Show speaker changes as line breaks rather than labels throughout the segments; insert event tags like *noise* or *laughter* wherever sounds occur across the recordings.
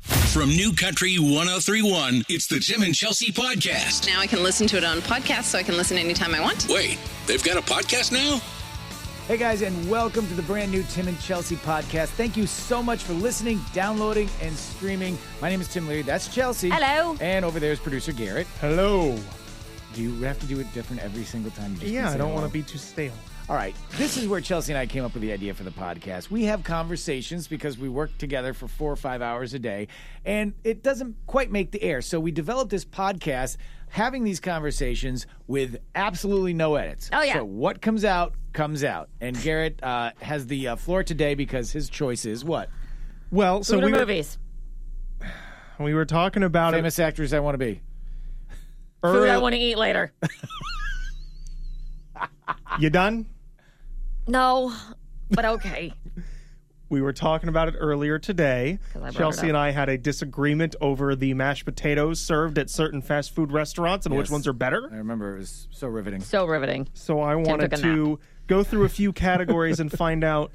From New Country 1031, it's the Tim and Chelsea Podcast.
Now I can listen to it on podcast, so I can listen anytime I want.
Wait, they've got a podcast now?
Hey guys, and welcome to the brand new Tim and Chelsea podcast. Thank you so much for listening, downloading, and streaming. My name is Tim Leary. That's Chelsea.
Hello.
And over there is producer Garrett.
Hello.
Do you have to do it different every single time? You just
Yeah,
can say
I don't want
hello?
to be too stale.
All right, this is where Chelsea and I came up with the idea for the podcast. We have conversations because we work together for four or five hours a day, and it doesn't quite make the air. So we developed this podcast having these conversations with absolutely no edits.
Oh, yeah.
So what comes out, comes out. And Garrett uh, has the uh, floor today because his choice is what?
Well, so
Go to
we were,
movies.
we were talking about it
Famous actors I want to be.
Food I
earl-
want to eat later.
You done?
no, but okay.
We were talking about it earlier today.
brought it up.
Chelsea and I had a disagreement over the mashed potatoes served at certain fast food restaurants and which
Yes.
ones are
I
better.
remember it was so riveting.
So riveting.
So I wanted
took a
to go through a few categories and find out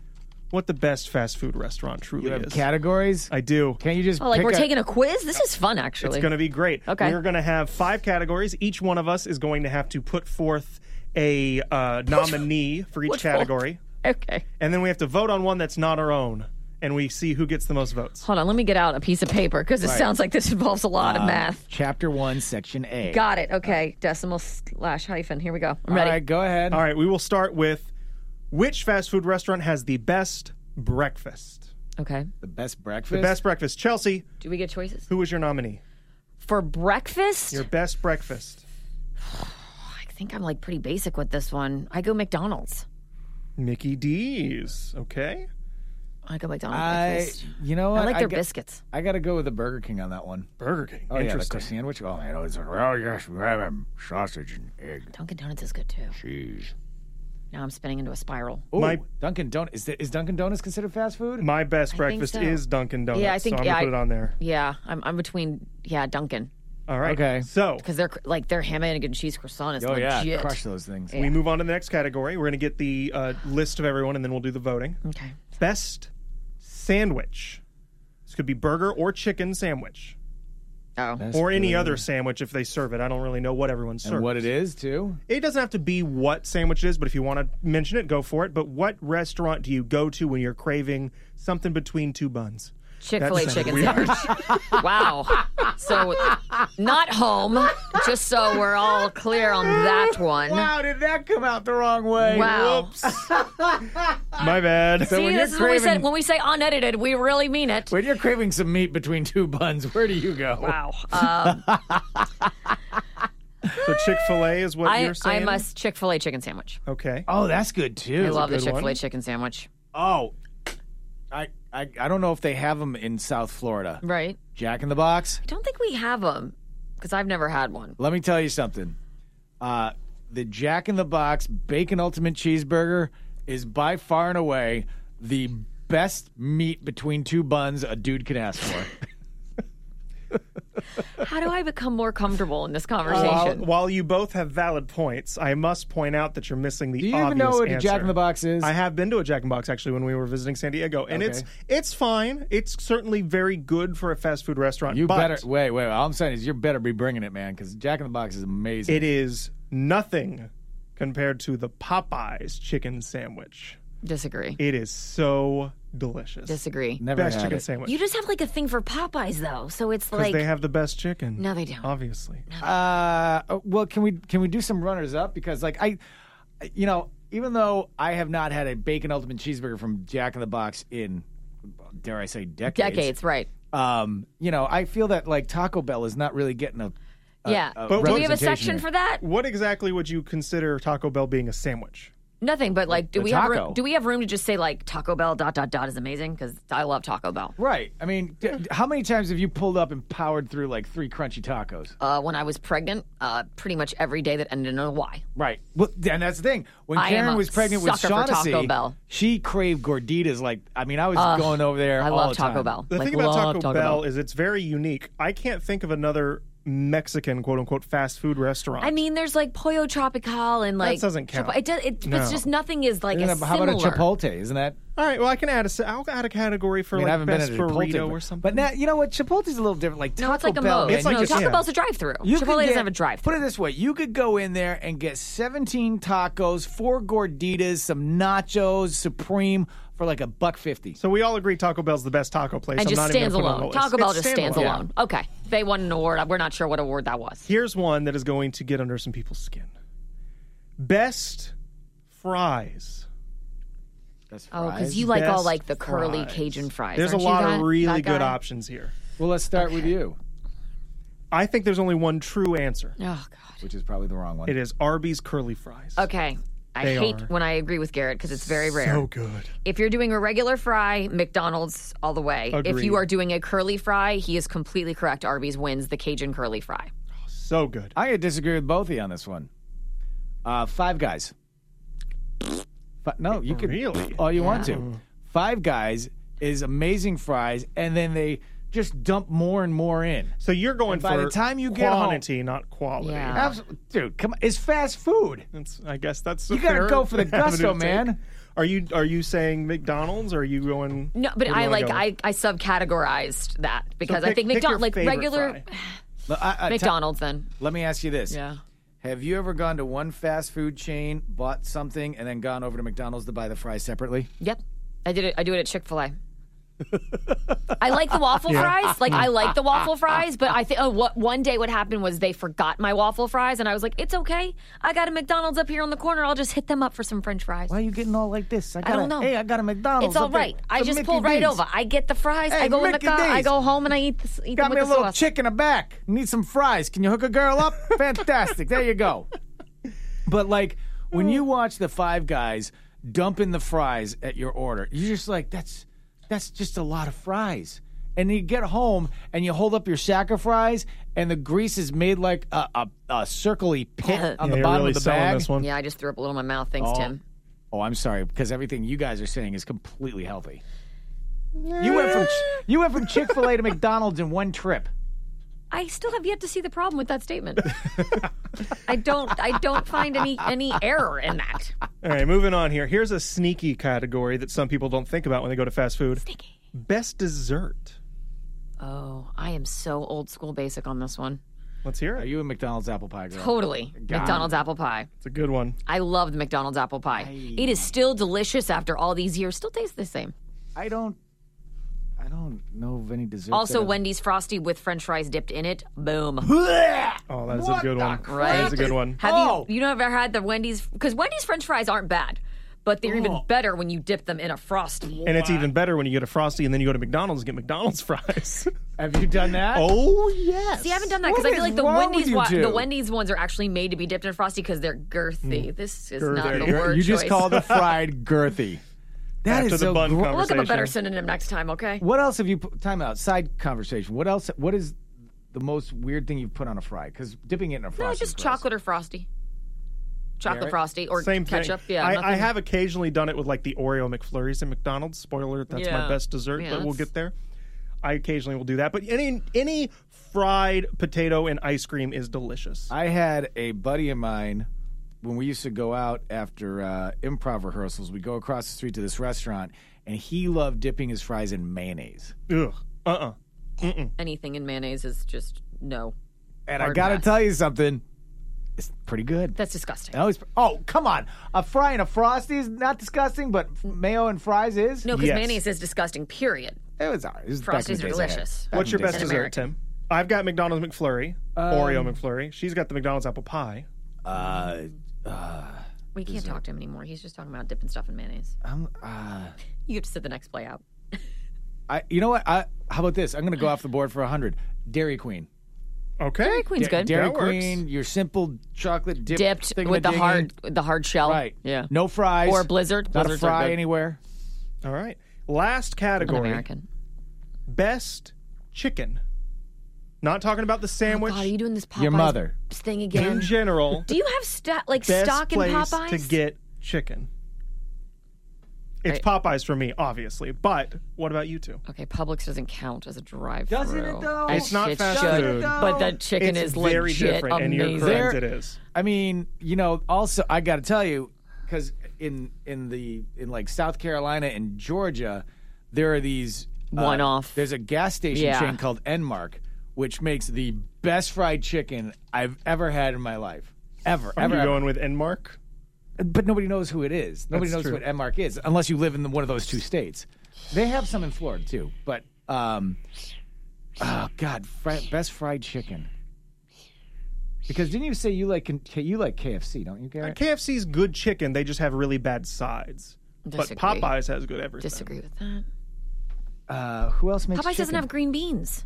what the best fast food restaurant truly
You have
is.
categories?
I do.
Can't you just
Oh, like
pick
we're
a-
taking a quiz? This is fun, actually.
It's going to be great.
Okay.
We're going to have five categories. Each one of us is going to have to put forth a uh, nominee for each
which one?
category.
okay.
and then we have to vote on one that's not our own, and we see who gets the most votes.
Hold on. Let me get out a piece of paper because it sounds like this involves a lot of math.
Chapter 1, Section A.
Got it. Okay. Decimal slash hyphen. Here we go. I'm
All
ready.
right, go ahead.
All right, we will start with which fast food restaurant has the best breakfast?
Okay.
The best breakfast.
Best breakfast. Chelsea,
Do we get choices?
who was your nominee?
For breakfast?
Your best breakfast.
I think I'm like pretty basic with this one. I go McDonald's.
Mickey D's.
Oh,
Okay.
I go McDonald's.
I,
breakfast.
you know what?
I like their
got-
biscuits.
I got to go with the Burger King on that one.
Burger King.
Oh, yeah, the
Interesting.
crust sandwich. Oh, I know. It's like, well, yes, we have um, sausage and egg.
Dunkin' Donuts is good too.
Jeez.
Now I'm spinning into a spiral.
Ooh,
My-
Dunkin' Donut. Is, th- is Dunkin' Donuts considered fast food?
My best breakfast
so.
is Dunkin' Donuts.
Yeah, I think-
so I'm
yeah,
gonna put
I-
it on there.
Yeah, I'm, I'm between, yeah, Dunkin'.
All right.
Okay.
So
Because they're like their ham and cheese croissant is
oh,
legit.
yeah. Crush those things.
we move on to the next category. We're gonna get the uh, list of everyone, and then we'll do the voting.
Okay.
Best sandwich. This could be burger or chicken sandwich.
Oh.
Best
or any
food.
other sandwich if they serve it. I don't really know what everyone serves.
And what it is, too.
It doesn't have to be what sandwich it is, but if you want to mention it, go for it. But what restaurant do you go to when you're craving something between two buns?
Chick fil A
That sounds
chicken
weird.
sandwich. wow. So, not home, just so we're all clear on that one.
Wow, did that come out the wrong way?
Wow.
Whoops.
My bad.
So
See,
when you're
this is what we
craving-
said. When we say unedited, we really mean it.
When you're craving some meat between two buns, where do you go?
Wow. Um,
So Chick Fil A is what
I,
you're saying.
I'm a Chick fil A chicken sandwich.
Okay.
Oh, that's good, too.
I love the
good
Chick fil A
one.
chicken sandwich.
Oh, I, I, I don't know if they have them in South Florida.
Right.
Jack in the Box.
I don't think we have them because I've never had one.
Let me tell you something. Uh, the Jack in the Box Bacon Ultimate Cheeseburger is by far and away the best meat between two buns a dude can ask for.
How do I become more comfortable in this
While,
conversation?
while you both have valid points, I must point out that you're missing
*laughs*
the
Do you
obvious
even know what
answer.
a Jack in the Box is?
I have been to a Jack in the Box actually when we were visiting San Diego, and it's
Okay.
it's fine. It's certainly very good for a fast food restaurant.
you
but
better wait, wait. All I'm saying is you better be bringing it, man, because Jack in the Box is amazing.
It is nothing compared to the Popeyes chicken sandwich.
Disagree.
It is so delicious.
Disagree.
Never
best
had
chicken
it.
sandwich.
You just have like a thing for Popeyes though, so it's
because
like
they have the best chicken.
No, they don't.
Obviously.
Uh, well, can we can we do some runners up because like I, you know, even though I have not had a Bacon Ultimate Cheeseburger from Jack in the Box in, dare I say,
decades, right?
um, you know, I feel that like Taco Bell is not really getting a.
yeah.
But
do we have a
Uh, representation
section
here.
for that?
What exactly would you consider Taco Bell being a sandwich?
Nothing, but like, do
The
we have
taco.
room, do we have room to just say like Taco Bell dot dot dot is amazing because I love Taco Bell.
Right. I mean, d- d- how many times have you pulled up and powered through like three crunchy tacos?
Uh, when I was pregnant, uh, pretty much every day that ended in a Y.
right. Well, and that's the thing. When
I am
Karen
a
was pregnant with
sucker for Taco
Shaughnessy,
Bell.
she craved gorditas. Like, I mean, I was going over there.
I
all
love
the
Taco
time.
Bell.
The
like,
thing about
love
Taco, Bell, is it's very unique. I can't think of another Mexican quote unquote fast food restaurant.
I mean, there's like Pollo Tropical and like
doesn't count.
It does. It,
No.
It's just nothing is like
Isn't
a
that- how about a
similar.
Chipotle? Isn't that?
All right, well I can add a se- I'll add a category for
I mean, I
like
haven't been
best
at a Chipotle,
burrito
but-
or something.
But now, you know what? Chipotle's a little different. Like Taco
No, it's like a
Bell,
mode.
man,
It's like
no,
just-
Taco
yeah.
Bell's a drive-through.
You could
Chipotle
get-
doesn't have a drive-through.
Put it this way: you could go in there and get 17 tacos, four gorditas, some nachos, supreme for like a buck fifty.
so we all agree Taco Bell's the best taco place.
and
I'm
just
not even
stands
gonna put it on the
alone.
list.
Taco Bell
It's
just stands
standalone.
alone. Okay, they won an award. We're not sure what award that was.
Here's one that is going to get under some people's skin. Best fries.
That's
Oh,
fries.
because you like all
Best
like the curly
fries.
Cajun fries.
There's
aren't
a
you
lot
that-
of
that
really good
guy?
options here.
Well, let's start with you,
I think there's only one true answer.
Oh God.
which is probably the wrong one.
It is Arby's curly fries.
Okay. I
They
hate
are
when I agree with Garrett because it's very rare.
So good.
if you're doing a regular fry, McDonald's all the way. If
Agreed.
you are doing a curly fry, he is completely correct. Arby's wins the Cajun curly fry.
So good.
I'm gonna disagree with both of you on this one. Uh, five guys. But no, you could
Really?
all you want to. Five guys is amazing fries, and then they just dump more and more in.
So you're going
by
for
the time you get home-
quantity, not quality.
Yeah.
Absolutely, dude. Come on, it's fast food.
That's, I guess that's
You gotta go
*laughs*
for the gusto, man.
Are you are you saying McDonald's? Or are you going?
No, but
where do
I like
go?
I, I subcategorized that because I
pick-
think
pick your
McDonald's like
favorite
regular
fry.
Look, I- I- t-
McDonald's then.
let me ask you this.
Yeah.
Have you ever gone to one fast food chain, bought something, and then gone over to McDonald's to buy the fries separately?
Yep. I did it I do it at Chick-fil-A. I like the waffle fries. Like I like the waffle fries, but I think oh, what one day what happened was they forgot my waffle fries, and I was like, "It's okay. I got a McDonald's up here on the corner. I'll just hit them up for some French fries."
Why are you getting all like this? I, got
don't know.
Hey, I got a McDonald's.
It's all
up there.
right. I
Some
just
Mickey
pull right
D's.
over. I get the fries.
Hey,
I go in the
Mickey
car. I
D's.
go home and I eat, the, eat
Got me
them
a
with the
little
sauce.
chick in the back. Need some fries. Can you hook a girl
*laughs*
up? Fantastic. There you go. But like when you watch the five guys dumping the fries at your order, you're just like, that's that's just a lot of fries. And you get home and you hold up your sack of fries, and the grease is made like a, a, a circly
*laughs*
pit on
Yeah,
the
you're
bottom
really
of the
selling
bag.
this one.
Yeah, I just threw up a little in my mouth. Thanks, Tim.
Oh, I'm sorry, because everything you guys are saying is completely healthy. You went from you went from Chick Fil A to *laughs* McDonald's in one trip.
I still have yet to see the problem with
*laughs*
that statement. I don't. I don't find any any error in that.
All right, moving on here. Here's a sneaky category that some people don't think about when they go to fast food. Sneaky. Best dessert.
Oh, I am so old school basic on this one.
Let's hear
Are
it.
you a McDonald's apple pie girl?
Totally. McDonald's apple pie.
It's a good one.
I love the McDonald's apple pie. It is still delicious after all these years. Still tastes the same.
I don't. I don't know of any desserts.
Also,
that are-
Wendy's Frosty with French fries dipped in it. Boom.
Oh, that is
What
a good
the
one.
crap?
That is a good one.
Have
Oh.
you you never had the Wendy's? Because Wendy's French fries aren't bad, but they're even
Oh.
better when you dip them in a Frosty.
And it's even better when you get a frosty and then you go to McDonald's and get McDonald's *laughs* fries.
*laughs* have you done that?
oh yes.
See, I haven't done that because
What
I feel
is
like the
wrong with
Wendy's
you
wa-
two?
the Wendy's ones are actually made to be dipped in frosty because they're girthy. This is not
Girthy.
the
Gir-
word
Mm. you just
choice.
called
*laughs*
the fried girthy. That is
After the
so
bun
gro-
comes.
We'll look up a better
conversation.
synonym next time, okay?
What else have you put? Time out. Side conversation. What else? What is the most weird thing you've put on a fry? Because dipping it in a fry.
No, just chocolate or frosty. Chocolate
Garrett?
frosty or
Same
ketchup.
thing.
Yeah,
I, I
nothing-
have occasionally done it with like the Oreo McFlurries in McDonald's. Spoiler, that's my
Yeah.
best dessert,
Yeah,
but we'll
that's-
get there. I occasionally will do that, but any any fried potato and ice cream is delicious.
I had a buddy of mine when we used to go out after uh, improv rehearsals. We go across the street to this restaurant, and he loved dipping his fries in mayonnaise.
Ugh. Uh-uh.
anything in mayonnaise is just no.
And I
Hard
got to
pass.
tell you something. It's pretty good.
That's disgusting.
No, it's, oh, come on. A fry and a frosty is not disgusting, but f- mayo and fries is?
No, because
Yes.
mayonnaise is disgusting. Period.
It was all right. It was back in
Frosties
the
are
days I had.
delicious.
Back
What's
in
your
the days
best
I had.
dessert, Tim? I've got McDonald's McFlurry, Oreo McFlurry. She's got the McDonald's apple pie.
Uh,
We can't talk to him anymore. He's just talking about dipping stuff in mayonnaise.
I'm, uh,
*laughs* You get to sit the next play out.
I, you know what? I, how about this? I'm going to go off the board for 100. Dairy Queen.
Okay.
Dairy Queen's good.
Dairy
That works.
Queen, your simple chocolate dip
dipped with the
thingamadinging.
hard the hard shell.
Right.
Yeah.
No fries.
Or Blizzard.
Not
Blizzards
a
are
fry
good.
anywhere.
All right. Last
An
category.
American.
Best chicken. Not talking about the sandwich.
God, are you doing this Popeyes
Your mother.
thing
in
again? *laughs*
general,
Do you have sta- like
best
stock in
place
Popeyes?
to get chicken. It's Popeyes for me, obviously. But what about you two?
Okay, Publix doesn't count as a drive
Doesn't it, though?
It's not fast food.
But the chicken
it's
is
very
legit
different,
amazing.
and you're correct. It is.
I mean, you know, also I got to tell you cuz in in the in like South Carolina and Georgia, there are these uh,
One-off.
There's a gas station
Yeah.
chain called Enmark which makes the best fried chicken I've ever had in my life. Ever,
Are you
ever, ever.
going with Enmark?
But nobody knows who it is. Nobody
That's
knows
true.
what Enmark is unless you live in one of those two states. They have some in Florida too, but um, oh god, fri- best fried chicken. Because didn't you say you like K- you like KFC, don't you, Garrett?
KFC's good chicken. They just have really bad sides.
Disagree.
But Popeyes has good everything.
Disagree with that.
Uh, who else makes
Popeyes
chicken?
doesn't have green beans.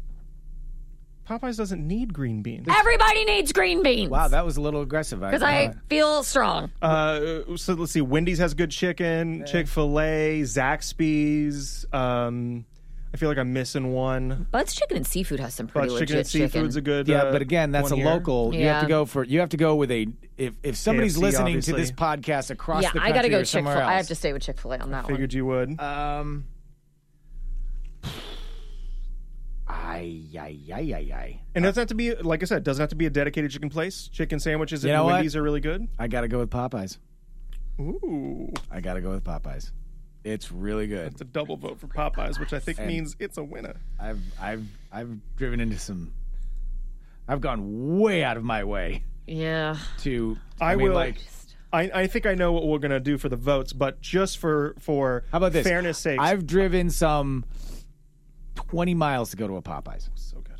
Popeyes doesn't need green beans.
Everybody needs green beans.
Wow, that was a little aggressive.
Because I feel strong.
Uh, so let's see. Wendy's has good chicken. Chick Fil A, Zaxby's. Um, I feel like I'm missing one.
Bud's chicken and seafood has some pretty
But
legit
chicken and seafood's a good.
yeah,
uh,
but again, that's a
one here.
local. You have to
Yeah.
go for you have to go with a if if somebody's
KFC,
listening
obviously.
to this podcast across
yeah,
the
I
country
gotta go
or
Chick Fil.
somewhere
I
else.
have to stay with Chick Fil A on that one.
Figured you would.
Um. Ay, ay, ay, ay, ay.
and it doesn't have to be like I said. it Doesn't have to be a dedicated chicken place. Chicken sandwiches
You
at
know what?
Wendy's are really good.
I gotta go with Popeyes.
Ooh,
I gotta go with Popeyes. It's really good.
it's a double vote for Popeyes, which I think means it's a winner.
I've I've I've driven into some. I've gone way out of my way
yeah.
to.
I
mean,
will-
like.
I, I think I know what we're gonna do for the votes, but just for for
How about this?
fairness sake,
I've driven some twenty miles to go to a Popeyes.
so good.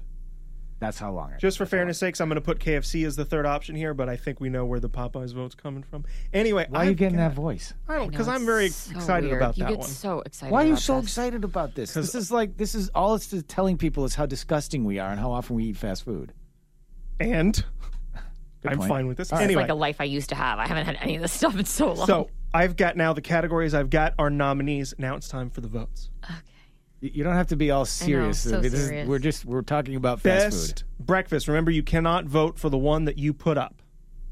That's how long. I
Just for fairness sakes, I'm going to put KFC as the third option here, but I think we know where the Popeyes vote's coming from. Anyway,
Why are you getting that voice?
I don't because
No,
I'm
it's
very
so
excited
weird.
about
you
that
get
one.
So excited.
Why are you
about
so
this.
excited about this? This is like this is all it's telling people is how disgusting we are and how often we eat fast food.
and I'm
point.
fine with this.
It's
Anyway,
like a life I used to have. I haven't had any of this stuff in so long.
so I've got now the categories. I've got our nominees. Now it's time for the votes.
Y- You don't have to be all serious.
so
This is-
serious.
We're just we're talking about fast
Best breakfast. Remember, you cannot vote for the one that you put up.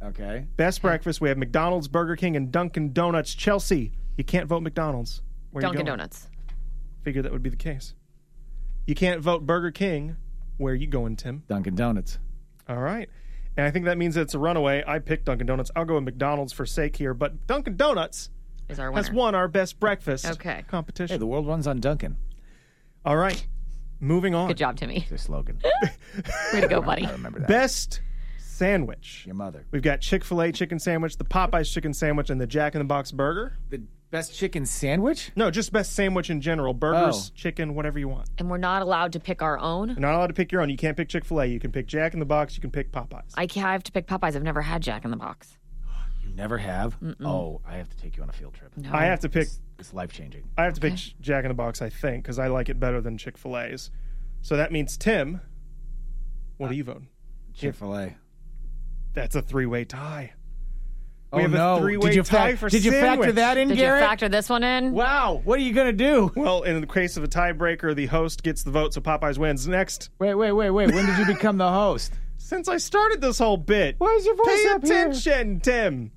food. Okay.
Best breakfast. We have McDonald's, Burger King, and Dunkin' Donuts. Chelsea, you can't vote McDonald's. Where you
Dunkin'
going?
Donuts.
Figured that would be the case. You can't vote Burger King. Where are you going, Tim?
Dunkin' Donuts.
All right. And I think that means it's a runaway. I picked Dunkin' Donuts. I'll go with McDonald's for sake here, but Dunkin' Donuts
Is our
has
winner.
won our best breakfast
Okay.
competition.
Hey, the world runs on Dunkin'.
All right. Moving on.
Good job, Timmy.
Their *gasps* slogan.
Way to go, buddy.
Remember that.
Best sandwich.
Your mother.
We've got Chick fil A chicken sandwich, the Popeyes chicken sandwich, and the Jack in the Box burger.
The best chicken sandwich.
No, just best sandwich in general. Burgers,
Oh.
chicken, whatever you want.
And we're not allowed to pick our own.
You're not allowed to pick your own. You can't pick Chick fil A. You can pick Jack in the Box. You can pick Popeyes.
I ca- I have to pick Popeyes. I've never had Jack in the Box.
You never have. Oh, I have to take you on a field trip.
I have to pick
It's life changing.
I have to pick Ch- Jack in the Box, I think, because I like it better than Chick Fil A's. So that means Tim. What are
Uh.
you voting?
Chick Fil A.
That's a three-way tie.
Oh
have a
no!
three-way
did you
tie
fac-
for
Did you factor
sandwich.
that in,
Did
Garrett?
you factor this one in?
wow! What are you gonna do?
Well, in the case of a tiebreaker, the host gets the vote, so Popeyes wins. Next,
Wait, wait, wait, wait. When did you become the host?
since I started this whole bit,
Why is your voice
pay
up here?
attention, Tim.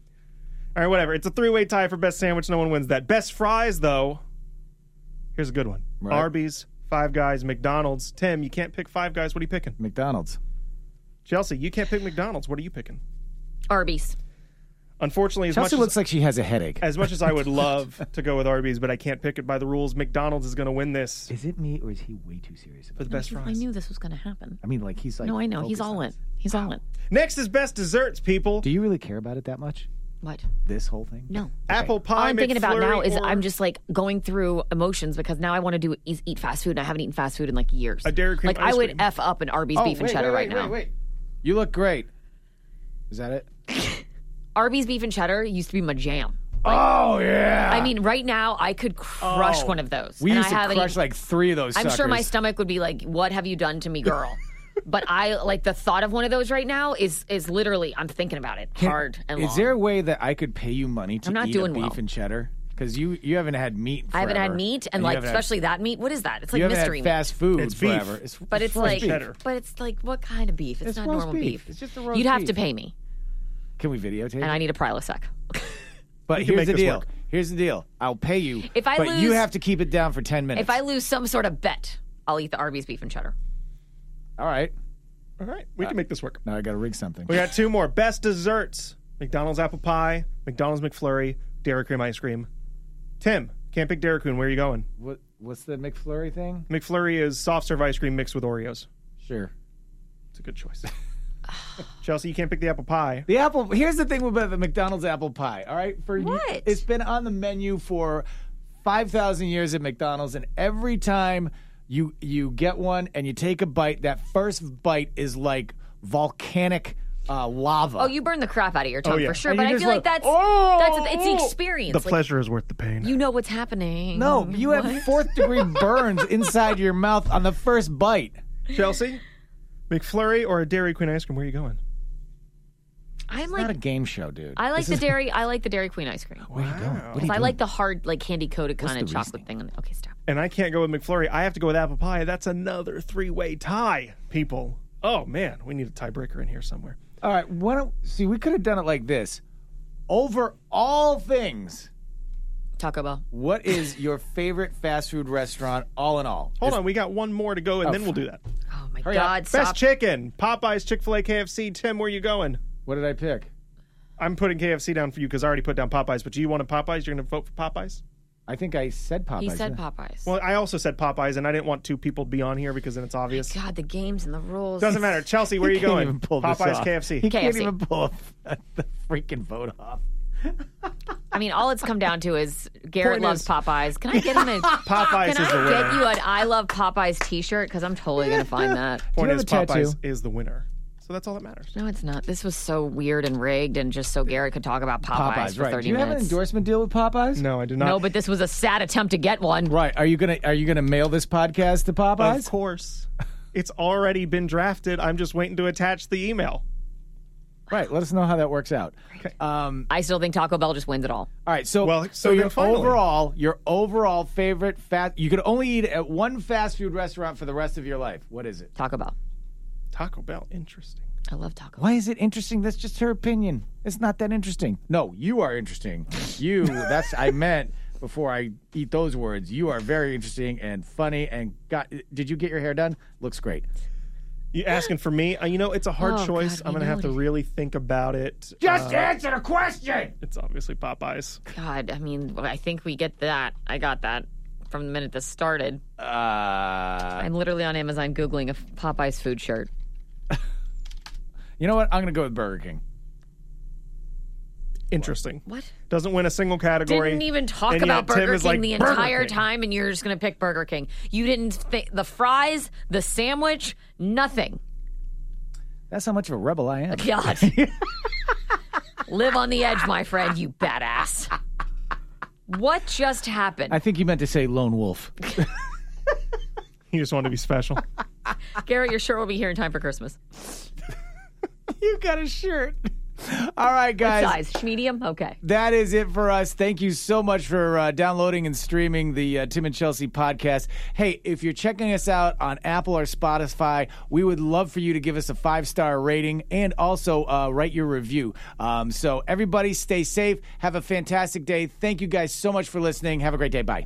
All right, whatever. It's a three-way tie for best sandwich. No one wins that. Best fries, though. Here's a good one:
Right.
Arby's, Five Guys, McDonald's. Tim, you can't pick Five Guys. What are you picking?
McDonald's.
Chelsea, you can't pick McDonald's. What are you picking?
Arby's.
Unfortunately, as
Chelsea
much as
looks like she has a headache.
as much as I would love to go with Arby's, but I can't pick it by the rules. McDonald's is going to win this
Is it me or is he way too serious about
for the best
I
fries.
knew this was going to happen.
I mean, like he's like.
No, I know. He's
focused
all
on
in.
this.
He's all in.
Next is best desserts, people.
Do you really care about it that much?
What?
This whole thing?
No.
Apple pie.
All I'm thinking about
McFlurry,
now is
or
I'm just like going through emotions because now I want to do is eat fast food and I haven't eaten fast food in like years.
A Dairy Cream
Like
ice
I would
cream.
f up an Arby's
Oh,
beef and cheddar right now.
You look great. Is that it?
Arby's beef and cheddar used to be my jam.
Oh yeah.
I mean, right now I could crush one of those.
we
and
used
I
to
haven't
crush
eaten-
like three of those.
I'm sure my
suckers.
stomach would be like, "What have you done to
*laughs*
me, girl?" but I like the thought of one of those right now is is literally I'm thinking about it hard and
Is
long.
there a way that I could pay you money to
I'm not
eat
doing
a beef
well.
and cheddar? Because you you haven't had meat.
I haven't had
forever.
meat and,
you
like
haven't had-
especially that meat. What is that? It's like
you haven't
mystery
had
meat.
fast food
It's beef.
forever.
But it's
fresh
like,
cheddar.
but it's like, what kind of beef? It's,
It's
not
roast
normal
beef.
beef.
It's just a roast
You'd have
beef.
to pay me,
Can we videotape?
and I need a Prilosec.
but
can
here's
make
the
this
deal.
work.
Here's the deal. I'll pay you,
If I
but you
lose-
have to keep it down for ten minutes.
If I lose some sort of bet, I'll eat the Arby's beef and cheddar.
all right,
All right, we can make this work.
now I got to rig something.
We got two more. Best desserts: McDonald's apple pie, McDonald's McFlurry, Dairy Cream ice cream. Tim can't pick Dairy Cream. Where are you going?
What, what's the McFlurry thing?
McFlurry is soft serve ice cream mixed with Oreos.
Sure.
It's a
*sighs*
good choice. Chelsea, you can't pick the apple pie.
The apple. Here's the thing about the McDonald's apple pie. All right, for
What?
it's been on the menu for five thousand years at McDonald's, and every time you you get one and you take a bite, that first bite is like volcanic uh, lava.
Oh, you burn the crap out of your tongue
yeah.
for sure.
And
But
you
I
just Oh!
feel like
go,
that's that's it's the experience.
The
Like,
pleasure is worth the pain.
you know what's happening.
no, you have fourth
*laughs*
degree burns inside your mouth on the first bite.
Chelsea,
*laughs*
McFlurry or a Dairy Queen ice cream? Where are you going?
I'm
Not a
like
game show, dude.
I like the dairy. I like the Dairy Queen ice cream.
Where you going? What are you
I
doing?
like the hard, like candy coated kind of
the
chocolate thing. On the, okay, stop.
And I can't go with McFlurry. I have to go with apple pie. That's another three-way tie, people. Oh man, we need a tiebreaker in here somewhere.
All right, why don't see? We could have done it like this. Over all things.
Taco Bell.
What is your favorite fast food restaurant, all in all?
Hold on, we got one more to go, and then we'll do that.
Oh my
Hurry up.
God! Stop.
Best chicken, Popeyes, Chick Fil A, KFC. Tim, where are you going?
What did I pick?
I'm putting KFC down for you because I already put down Popeyes. But do you want a Popeyes? You're going to vote for Popeyes?
I think I said Popeyes.
he said
didn't I?
Popeyes.
Well, I also said Popeyes, and I didn't want two people to be on here because then it's
Oh
obvious.
God, the games and the rules.
Doesn't matter. Chelsea, where are you
Can't
going?
even pull this
Popeyes,
off.
KFC.
He can't
KFC.
even pull *laughs* the freaking vote off.
I mean, all it's come down to is Garrett
Point
loves
is-
Popeyes. Can I get him a
Popeyes
Can
is the
I
winner.
get you an I love Popeyes T-shirt? Because I'm totally gonna find that.
Point
have
is,
a tattoo?
Popeyes is the winner. So that's all that matters.
No, it's not. This was so weird and rigged, and just so Garrett could talk about Popeyes, for
right?
30
Do you have
minutes.
an endorsement deal with Popeyes?
No, I did not.
no, but this was a sad attempt to get one.
Right? Are you gonna Are you gonna mail this podcast to
of
Popeyes?
course, it's already been drafted. I'm just waiting to attach the email.
Right. Let us know how that works out.
I still think Taco Bell just wins it all.
All right. So,
Well, so
so, your
then finally-
overall, your overall favorite fast. You could only eat at one fast food restaurant for the rest of your life. What is it?
Taco Bell.
Taco Bell, interesting.
I love Taco. Bell.
Why is it interesting? That's just her opinion. It's not that interesting. No, you are interesting. You, that's I meant before I eat those words. You are very interesting and funny and got did you get your hair done? Looks great.
You asking for me? Uh, you know, it's a hard
Oh,
choice.
God,
I'm
we
going to have
know
to
it is.
really think about it.
Just answer the question.
It's obviously Popeyes.
God, I mean, I think we get that. I got that from the minute this started.
Uh,
I'm literally on Amazon googling a Popeyes food shirt.
you know what? I'm gonna go with Burger King.
Interesting.
What?
Doesn't win a single category.
Didn't even talk
And yet
about
Tim
Burger
is
King
like,
the
"Burger
entire
King."
time, and you're just going to pick Burger King. You didn't think the fries, the sandwich, nothing.
That's how much of a rebel I am.
*laughs*
God. Live on the edge, my friend, you badass. What just happened?
I think you meant to say lone wolf.
You just wanted to be special.
*laughs* Garrett, your shirt will be here in time for Christmas.
you got a shirt. All right, guys.
Size, medium? Okay.
That is it for us. Thank you so much for uh, downloading and streaming the uh, Tim and Chelsea podcast. Hey, if you're checking us out on Apple or Spotify, we would love for you to give us a five star rating and also uh, write your review. Um, so, everybody, stay safe. Have a fantastic day. Thank you guys so much for listening. Have a great day. Bye.